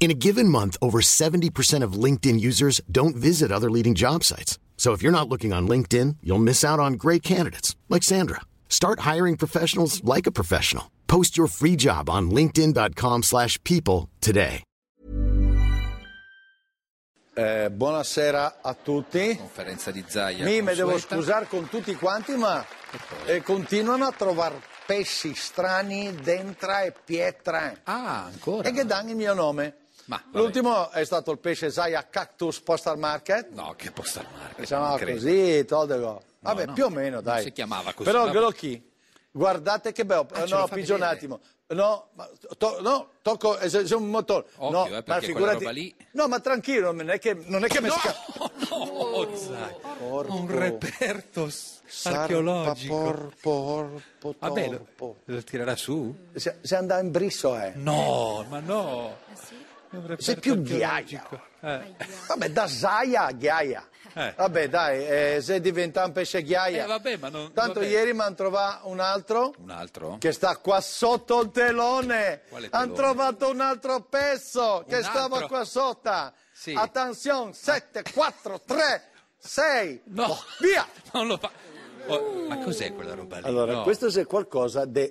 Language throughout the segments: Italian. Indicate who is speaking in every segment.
Speaker 1: In a given month, over 70% of LinkedIn users don't visit other leading job sites. So if you're not looking on LinkedIn, you'll miss out on great candidates like Sandra. Start hiring professionals like a professional. Post your free job on linkedin.com/people slash people today.
Speaker 2: Eh, buonasera a tutti.
Speaker 3: Conferenza di Zaia.
Speaker 2: Mi me
Speaker 3: consueta.
Speaker 2: devo scusare con tutti quanti, ma eh, continuano a trovare pesci strani dentro e pietre.
Speaker 3: Ah, ancora?
Speaker 2: E che danno il mio nome.
Speaker 3: Ma, vabbè.
Speaker 2: L'ultimo è stato il pesce Zaia Cactus Postal Market.
Speaker 3: No, che postal market.
Speaker 2: che si chiamava
Speaker 3: non credo.
Speaker 2: così, Todego. Vabbè,
Speaker 3: no,
Speaker 2: più o meno,
Speaker 3: non
Speaker 2: dai.
Speaker 3: si chiamava così,
Speaker 2: Però
Speaker 3: ma-
Speaker 2: Glocchi, guardate che bello.
Speaker 3: Ah, ce lo
Speaker 2: no,
Speaker 3: fa
Speaker 2: pigio un
Speaker 3: vedere.
Speaker 2: attimo. No, ma to- no, tocco, eh, se- se un motore.
Speaker 3: Occhio,
Speaker 2: no,
Speaker 3: eh, perché
Speaker 2: ma
Speaker 3: quella
Speaker 2: figurati.
Speaker 3: roba lì-
Speaker 2: No, ma tranquillo, non è che, non è che mi scappa.
Speaker 3: No, oh, Zaia.
Speaker 2: Porpo.
Speaker 3: Un reperto s- archeologico.
Speaker 2: Sarpa, porpo, porpo,
Speaker 3: Vabbè, lo,
Speaker 2: torpo.
Speaker 3: lo tirerà su?
Speaker 2: Se, se andava in brisso, eh.
Speaker 3: No, ma no. È un reperto
Speaker 2: più
Speaker 3: archeologico. Eh.
Speaker 2: Vabbè, da Zaia a Ghiaia.
Speaker 3: Eh.
Speaker 2: Vabbè, dai, eh, se diventa un pesce ghiaia.
Speaker 3: Eh, vabbè, ma non-
Speaker 2: Tanto
Speaker 3: vabbè.
Speaker 2: ieri mi hanno trovato un altro.
Speaker 3: Un altro?
Speaker 2: che sta qua sotto il telone.
Speaker 3: Quale telone?
Speaker 2: Hanno trovato un altro pezzo che
Speaker 3: altro?
Speaker 2: stava qua sotto.
Speaker 3: Sì. Ah.
Speaker 2: Attenzione, 7, 4, 3, 6.
Speaker 3: No.
Speaker 2: Oh, Via!
Speaker 3: Non lo fa. Oh, ma cos'è quella roba lì?
Speaker 2: Allora,
Speaker 3: No,
Speaker 2: questo è qualcosa di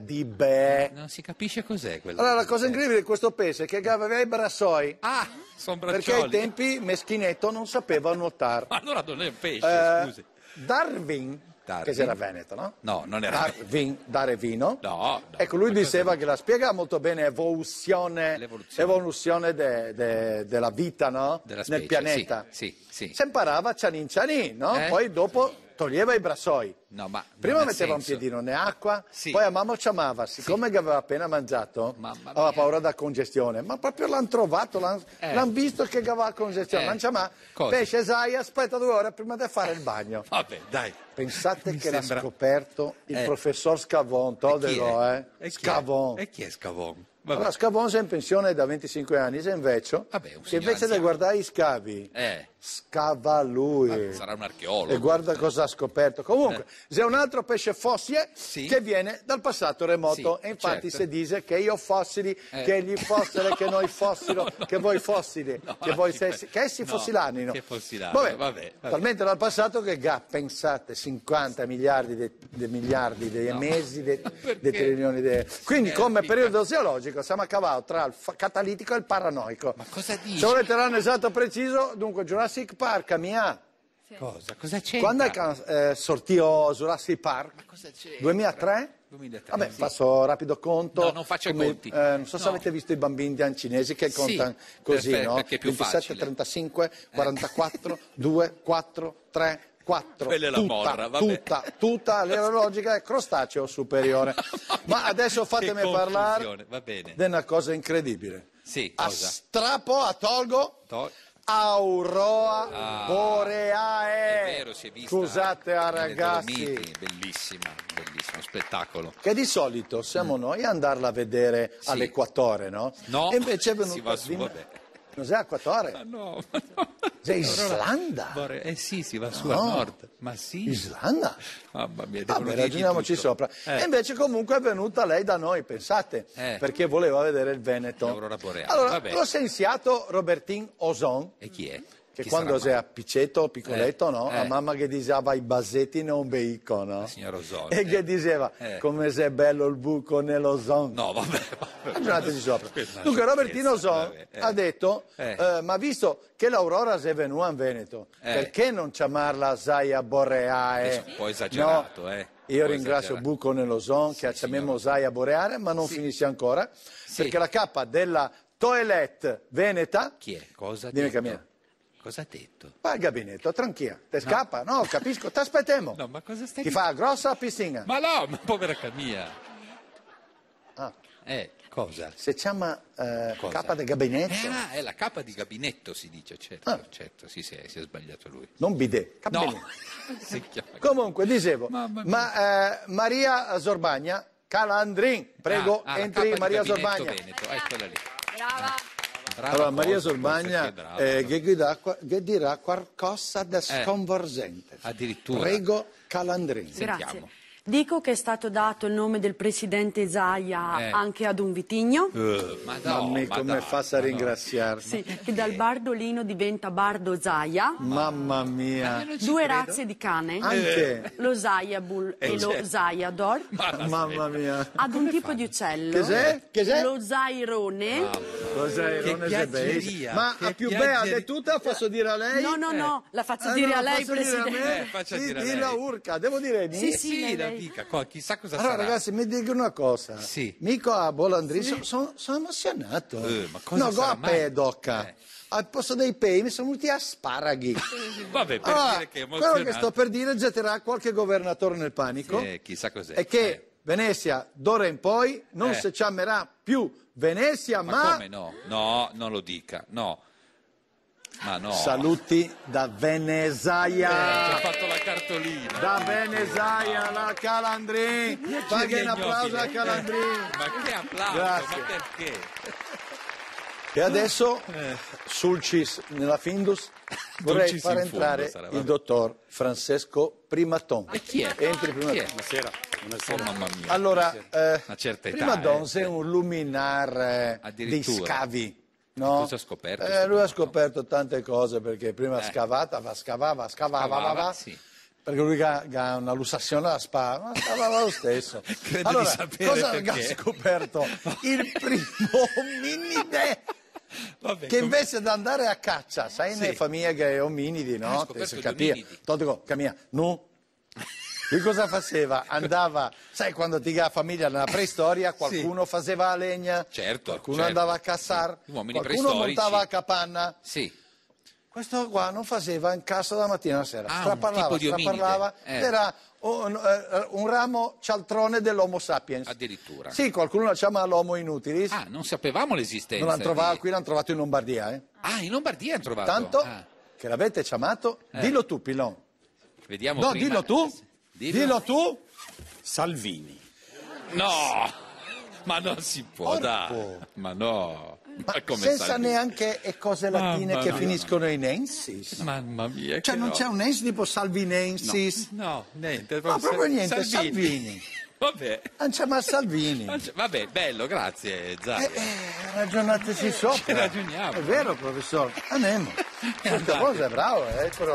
Speaker 2: incredibile.
Speaker 3: Non si capisce cos'è quella
Speaker 2: Allora, la
Speaker 3: roba.
Speaker 2: cosa incredibile di questo pesce è che aveva i brassoi.
Speaker 3: Ah, sono braccioli.
Speaker 2: Perché ai tempi Meschinetto non sapeva nuotare.
Speaker 3: Ma allora non è un pesce,
Speaker 2: Eh,
Speaker 3: Ah, scusi.
Speaker 2: Darwin,
Speaker 3: Darwin.
Speaker 2: che c'era veneto, no?
Speaker 3: No, non era-
Speaker 2: Ah. Darwin, dare vino.
Speaker 3: No, no.
Speaker 2: Ecco, lui
Speaker 3: Ma cosa-
Speaker 2: diceva che la spiega molto bene evoluzione,
Speaker 3: L'evoluzione.
Speaker 2: evoluzione de- de- della vita, no?
Speaker 3: Della
Speaker 2: Nel
Speaker 3: specie,
Speaker 2: pianeta.
Speaker 3: sì, sì, sì.
Speaker 2: Si imparava cianin cianin, no?
Speaker 3: Eh?
Speaker 2: Poi dopo toglieva i brassoi.
Speaker 3: No, ma non
Speaker 2: Prima
Speaker 3: ha
Speaker 2: metteva un
Speaker 3: senso.
Speaker 2: piedino nell'acqua,
Speaker 3: Sì.
Speaker 2: poi a mamma ci amava, siccome che aveva appena mangiato,
Speaker 3: Mamma
Speaker 2: aveva
Speaker 3: mia.
Speaker 2: paura da congestione, ma proprio l'hanno trovato, l'hanno
Speaker 3: Eh.
Speaker 2: visto che aveva congestione,
Speaker 3: Eh.
Speaker 2: l'hanno chiamato,
Speaker 3: Cosa?
Speaker 2: pesce sai, aspetta due ore prima di fare il bagno.
Speaker 3: Vabbè, dai.
Speaker 2: Pensate
Speaker 3: Mi
Speaker 2: che l'ha
Speaker 3: sembra-
Speaker 2: scoperto il
Speaker 3: Eh.
Speaker 2: professor Scavon, todelo, eh.
Speaker 3: E chi è?
Speaker 2: Scavon.
Speaker 3: E chi è Scavon? Vabbè.
Speaker 2: Allora, Scavon si è in pensione da 25 anni, si è un vecchio,
Speaker 3: Vabbè, un
Speaker 2: che
Speaker 3: signor
Speaker 2: invece di
Speaker 3: anziano.
Speaker 2: guardare i scavi,
Speaker 3: Eh,
Speaker 2: scava lui.
Speaker 3: sarà un archeologo.
Speaker 2: eh. E guarda cosa ha scoperto. Comunque, c'è un altro pesce fossile
Speaker 3: Eh. Sì.
Speaker 2: che viene dal passato remoto.
Speaker 3: Sì,
Speaker 2: e infatti
Speaker 3: certo.
Speaker 2: si dice che io fossili,
Speaker 3: Eh.
Speaker 2: che gli fossili, che noi fossilo,
Speaker 3: No, no,
Speaker 2: che
Speaker 3: no.
Speaker 2: voi fossili,
Speaker 3: No,
Speaker 2: che, voi
Speaker 3: no,
Speaker 2: sessi- che essi
Speaker 3: no,
Speaker 2: fossilanino.
Speaker 3: che fossilanino, vabbè, vabbè.
Speaker 2: Talmente dal passato che ga, pensate, 50 miliardi di di miliardi di mesi, di
Speaker 3: Perché?
Speaker 2: trilioni di... Quindi
Speaker 3: Eh,
Speaker 2: come
Speaker 3: mica.
Speaker 2: periodo zoologico siamo a cavallo tra il fa- catalitico e il paranoico.
Speaker 3: Ma cosa dici?
Speaker 2: Se volete l'anno esatto preciso, dunque Jurassic Park, mia...
Speaker 3: Cosa? Cosa c'è?
Speaker 2: Quando è che eh, sortio Jurassic Park?
Speaker 3: cosa c'entra?
Speaker 2: 2003?
Speaker 3: 2003,
Speaker 2: Vabbè,
Speaker 3: sì.
Speaker 2: faccio rapido conto.
Speaker 3: No, non faccio i conti.
Speaker 2: eh, non so se
Speaker 3: No.
Speaker 2: avete visto i bambini indiani cinesi che
Speaker 3: Sì,
Speaker 2: contano così,
Speaker 3: perfetto,
Speaker 2: no?
Speaker 3: perché è più
Speaker 2: 27,
Speaker 3: facile. Ecco.
Speaker 2: 35, 44, 2, 4, 3, 4.
Speaker 3: Quella è la
Speaker 2: tutta,
Speaker 3: morra, vabbè.
Speaker 2: tutta, tutta l'eurologica è crostaceo superiore. Ma adesso
Speaker 3: Che
Speaker 2: fatemi
Speaker 3: confusione,
Speaker 2: parlare
Speaker 3: va bene.
Speaker 2: di una cosa incredibile.
Speaker 3: Sì,
Speaker 2: a
Speaker 3: cosa?
Speaker 2: Strapo, a Tolgo,
Speaker 3: To- Ah.
Speaker 2: Aurora Boreae.
Speaker 3: È vero, si è vista.
Speaker 2: Scusate, ah,
Speaker 3: nelle
Speaker 2: ragazzi.
Speaker 3: Dolomiti, Bellissima, bellissimo spettacolo.
Speaker 2: Che di solito siamo noi a andarla a vedere
Speaker 3: Mm. Sì.
Speaker 2: all'equatore, no?
Speaker 3: No,
Speaker 2: E invece è venuto
Speaker 3: si va su,
Speaker 2: fino-
Speaker 3: vabbè.
Speaker 2: Cos'è
Speaker 3: Ma
Speaker 2: acquatore?
Speaker 3: Ah, no, ma no.
Speaker 2: Sei
Speaker 3: Allora,
Speaker 2: Islanda?
Speaker 3: vorrei- Eh sì, si va su
Speaker 2: No.
Speaker 3: a nord. Ma sì.
Speaker 2: Islanda?
Speaker 3: Mamma mia, devono
Speaker 2: Vabbè,
Speaker 3: dirgli
Speaker 2: ragioniamoci
Speaker 3: tutto.
Speaker 2: sopra.
Speaker 3: Eh.
Speaker 2: E invece comunque è venuta lei da noi, pensate,
Speaker 3: Eh.
Speaker 2: perché voleva vedere il Veneto.
Speaker 3: L'aurora boreale,
Speaker 2: Allora,
Speaker 3: vabbè.
Speaker 2: lo scienziato Robertin Ozon
Speaker 3: E chi è?
Speaker 2: Che
Speaker 3: Chi
Speaker 2: quando
Speaker 3: sarà
Speaker 2: sei a Picetto, piccoletto,
Speaker 3: Eh,
Speaker 2: no?
Speaker 3: eh.
Speaker 2: La mamma che diceva i basetti non beico, no?
Speaker 3: La signora Ozzoni,
Speaker 2: E che
Speaker 3: eh.
Speaker 2: diceva,
Speaker 3: Eh.
Speaker 2: come se è bello il buco nello zon.
Speaker 3: No, vabbè. vabbè.
Speaker 2: Ragionateci sopra.
Speaker 3: Questa è una
Speaker 2: Dunque, Robertino
Speaker 3: sciocchezza,
Speaker 2: Zon
Speaker 3: vabbè, eh.
Speaker 2: ha detto:
Speaker 3: Eh.
Speaker 2: eh, Ma visto che l'Aurora è venuta in Veneto,
Speaker 3: Eh.
Speaker 2: perché non chiamarla Zaia
Speaker 3: Adesso
Speaker 2: Boreae?
Speaker 3: un po' esagerato, eh. Un
Speaker 2: Io
Speaker 3: po'
Speaker 2: ringrazio
Speaker 3: esagerato.
Speaker 2: Buco nello Zon che
Speaker 3: Sì,
Speaker 2: chiamiamo
Speaker 3: signor.
Speaker 2: Zaia Boreale, ma non finisce ancora perché la cappa della Toilette Veneta.
Speaker 3: Chi è? Cosa ha
Speaker 2: Dimmi,
Speaker 3: detto?
Speaker 2: Camilla.
Speaker 3: Cosa ha detto?
Speaker 2: Va al gabinetto, tranquilla. Te scappa? No, capisco, ti aspettiamo.
Speaker 3: No, ma cosa stai
Speaker 2: Ti fa grossa piscina.
Speaker 3: Ma no, ma povera Camilla.
Speaker 2: Ah.
Speaker 3: Eh, cosa?
Speaker 2: Se chiama eh,
Speaker 3: Cosa?
Speaker 2: cappa del gabinetto,
Speaker 3: Eh, ah, è la capa di gabinetto, si dice, certo,
Speaker 2: Ah.
Speaker 3: certo, sì, sì, si è sbagliato lui.
Speaker 2: non bidet, cappa
Speaker 3: No,
Speaker 2: gabinetto.
Speaker 3: si chiama...
Speaker 2: Comunque, dicevo,
Speaker 3: Mamma mia.
Speaker 2: ma eh, Maria Zorbagna, Calandrin, prego,
Speaker 3: Ah, ah, la
Speaker 2: entri
Speaker 3: capa di
Speaker 2: Maria
Speaker 3: gabinetto
Speaker 2: Zorbagna.
Speaker 3: Veneto, eccola lì. Ah,
Speaker 4: Brava.
Speaker 3: Brava
Speaker 2: Allora,
Speaker 3: cosa,
Speaker 2: Maria
Speaker 3: forse,
Speaker 2: Zorbagna
Speaker 3: che brava. Eh.
Speaker 2: eh, che, guida- che dirà qualcosa di sconvolgente.
Speaker 3: addirittura.
Speaker 2: Prego, Calandrin.
Speaker 3: Sentiamo.
Speaker 5: Dico che è stato dato il nome del presidente Zaia
Speaker 3: Eh.
Speaker 5: anche ad un vitigno,
Speaker 3: Eh, ma no,
Speaker 2: Mamma mia,
Speaker 3: ma
Speaker 2: come
Speaker 3: dai,
Speaker 2: fa a
Speaker 3: ma no.
Speaker 2: ringraziarsi.
Speaker 5: sì, che dal Bardolino diventa Bardo Zaia,
Speaker 2: Mamma mia.
Speaker 5: due razze di cane, Eh.
Speaker 2: Anche.
Speaker 5: lo Zaia Bull e lo Zaia Dor,
Speaker 3: Ma la
Speaker 2: Mamma mia.
Speaker 5: ad un tipo di uccello,
Speaker 2: Che c'è? Che c'è?
Speaker 5: lo Zairone,
Speaker 2: Cos'è?
Speaker 3: Che
Speaker 2: non è se bei-
Speaker 3: piaggeria,
Speaker 2: Ma
Speaker 3: che
Speaker 2: a più
Speaker 3: piaggeria.
Speaker 2: bella di tutta posso dire a lei? Eh,
Speaker 5: no no Eh, no, la faccio dire a lei presidente,
Speaker 3: Eh, faccia
Speaker 2: sì,
Speaker 3: dire a lei.
Speaker 2: dillo urca, devo dire mi?
Speaker 5: Sì,
Speaker 3: Eh sì,
Speaker 5: lei-
Speaker 3: la dica, co- chissà cosa
Speaker 2: Allora
Speaker 3: sarà.
Speaker 2: ragazzi mi dico una cosa,
Speaker 3: Sì.
Speaker 2: mico a Bolandrini, sono, sono emozionato.
Speaker 3: Eh, ma cosa
Speaker 2: no, go
Speaker 3: sarà
Speaker 2: a
Speaker 3: mai?
Speaker 2: pedocca,
Speaker 3: Eh.
Speaker 2: al posto dei pei mi sono venuti asparaghi.
Speaker 3: Vabbè, per
Speaker 2: Allora,
Speaker 3: dire che è
Speaker 2: quello che sto
Speaker 3: emozionato.
Speaker 2: per dire getterà qualche governatore nel panico
Speaker 3: Eh, chissà cos'è.
Speaker 2: è che
Speaker 3: Eh,
Speaker 2: Venezia d'ora in poi non
Speaker 3: Eh.
Speaker 2: si chiamerà più Venezia
Speaker 3: ma,
Speaker 2: ma,
Speaker 3: come no? No, non lo dica, no. Ma no.
Speaker 2: saluti da Venesaia.
Speaker 3: Ci ha fatto la cartolina.
Speaker 2: Da Venesaia la Calandrin,
Speaker 3: Che
Speaker 2: paghi un
Speaker 3: ignobile.
Speaker 2: applauso a Calandrin.
Speaker 3: Eh, Ma che applauso,
Speaker 2: Grazie.
Speaker 3: ma perché?
Speaker 2: E adesso, Sulcis nella Findus, vorrei
Speaker 3: Dulcis
Speaker 2: far
Speaker 3: in fondo
Speaker 2: entrare
Speaker 3: sarà,
Speaker 2: il
Speaker 3: vabbè.
Speaker 2: dottor Francesco Primaton.
Speaker 3: E chi è?
Speaker 2: Entri Primaton.
Speaker 3: Chi è? Buonasera. Oh, mamma mia.
Speaker 2: Allora, eh,
Speaker 3: Una certa età,
Speaker 2: Primaton
Speaker 3: eh.
Speaker 2: sei un luminare dei
Speaker 3: Addirittura.
Speaker 2: scavi. No?
Speaker 3: Cosa ha scoperto,
Speaker 2: Eh,
Speaker 3: sto
Speaker 2: lui ha
Speaker 3: Primaton?
Speaker 2: scoperto tante cose perché prima scavata, va, scavava, scavava,
Speaker 3: Scavava,
Speaker 2: va, va,
Speaker 3: sì.
Speaker 2: perché lui ha, ha una lussazione alla spalla, ma scavava lo stesso.
Speaker 3: Credo di
Speaker 2: allora,
Speaker 3: sapere
Speaker 2: cosa ha
Speaker 3: perché.
Speaker 2: scoperto? Il primo ominide
Speaker 3: Vabbè,
Speaker 2: che
Speaker 3: com-
Speaker 2: invece di andare a caccia, sai, nelle famiglie che ominidi,
Speaker 3: Ah, ho
Speaker 2: no?
Speaker 3: scoperto
Speaker 2: si
Speaker 3: gli
Speaker 2: capì.
Speaker 3: ominidi.
Speaker 2: Totico, cammina, no. Lui cosa faceva? Andava, sai quando ti la famiglia nella preistoria qualcuno faceva la legna,
Speaker 3: Certo,
Speaker 2: qualcuno
Speaker 3: certo.
Speaker 2: andava a cassar,
Speaker 3: Gli uomini
Speaker 2: qualcuno
Speaker 3: preistorici.
Speaker 2: montava a capanna.
Speaker 3: Sì.
Speaker 2: Questo qua non faceva in casa da mattina alla sera,
Speaker 3: Ah, un
Speaker 2: straparlava,
Speaker 3: tipo di ominide.
Speaker 2: straparlava,
Speaker 3: Eh.
Speaker 2: era un, eh, un ramo cialtrone dell'Homo sapiens.
Speaker 3: Addirittura.
Speaker 2: Sì, qualcuno la chiama l'Homo inutilis,
Speaker 3: Ah, non sapevamo l'esistenza.
Speaker 2: non l'han trovata
Speaker 3: di-
Speaker 2: qui, l'hanno trovato in Lombardia, eh.
Speaker 3: Ah, in Lombardia hanno trovato.
Speaker 2: Tanto
Speaker 3: Ah, Eh.
Speaker 2: che l'avete chiamato, dillo tu, Pilon.
Speaker 3: vediamo
Speaker 2: No,
Speaker 3: prima.
Speaker 2: dillo tu.
Speaker 3: Dillo.
Speaker 2: Dillo, tu.
Speaker 6: Salvini.
Speaker 3: No! Ma non si può,
Speaker 2: Porco.
Speaker 3: dai. Ma no.
Speaker 2: Ma
Speaker 3: come
Speaker 2: senza
Speaker 3: Salvini?
Speaker 2: neanche e cose latine
Speaker 3: Mamma
Speaker 2: che
Speaker 3: mia.
Speaker 2: finiscono in ensis.
Speaker 3: Mamma mia.
Speaker 2: Cioè
Speaker 3: che
Speaker 2: non
Speaker 3: roba.
Speaker 2: c'è un ens tipo salvinensis.
Speaker 3: No, niente.
Speaker 2: No, proprio
Speaker 3: Sal-
Speaker 2: niente,
Speaker 3: Salvini.
Speaker 2: Salvini.
Speaker 3: Vabbè.
Speaker 2: Non c'è mai Salvini. Eh,
Speaker 3: Vabbè, bello, grazie, Zaia.
Speaker 2: Ragionateci sopra.
Speaker 3: ragioniamo.
Speaker 2: È vero, professore. Andiamo. Questa cosa è bravo, eh, però.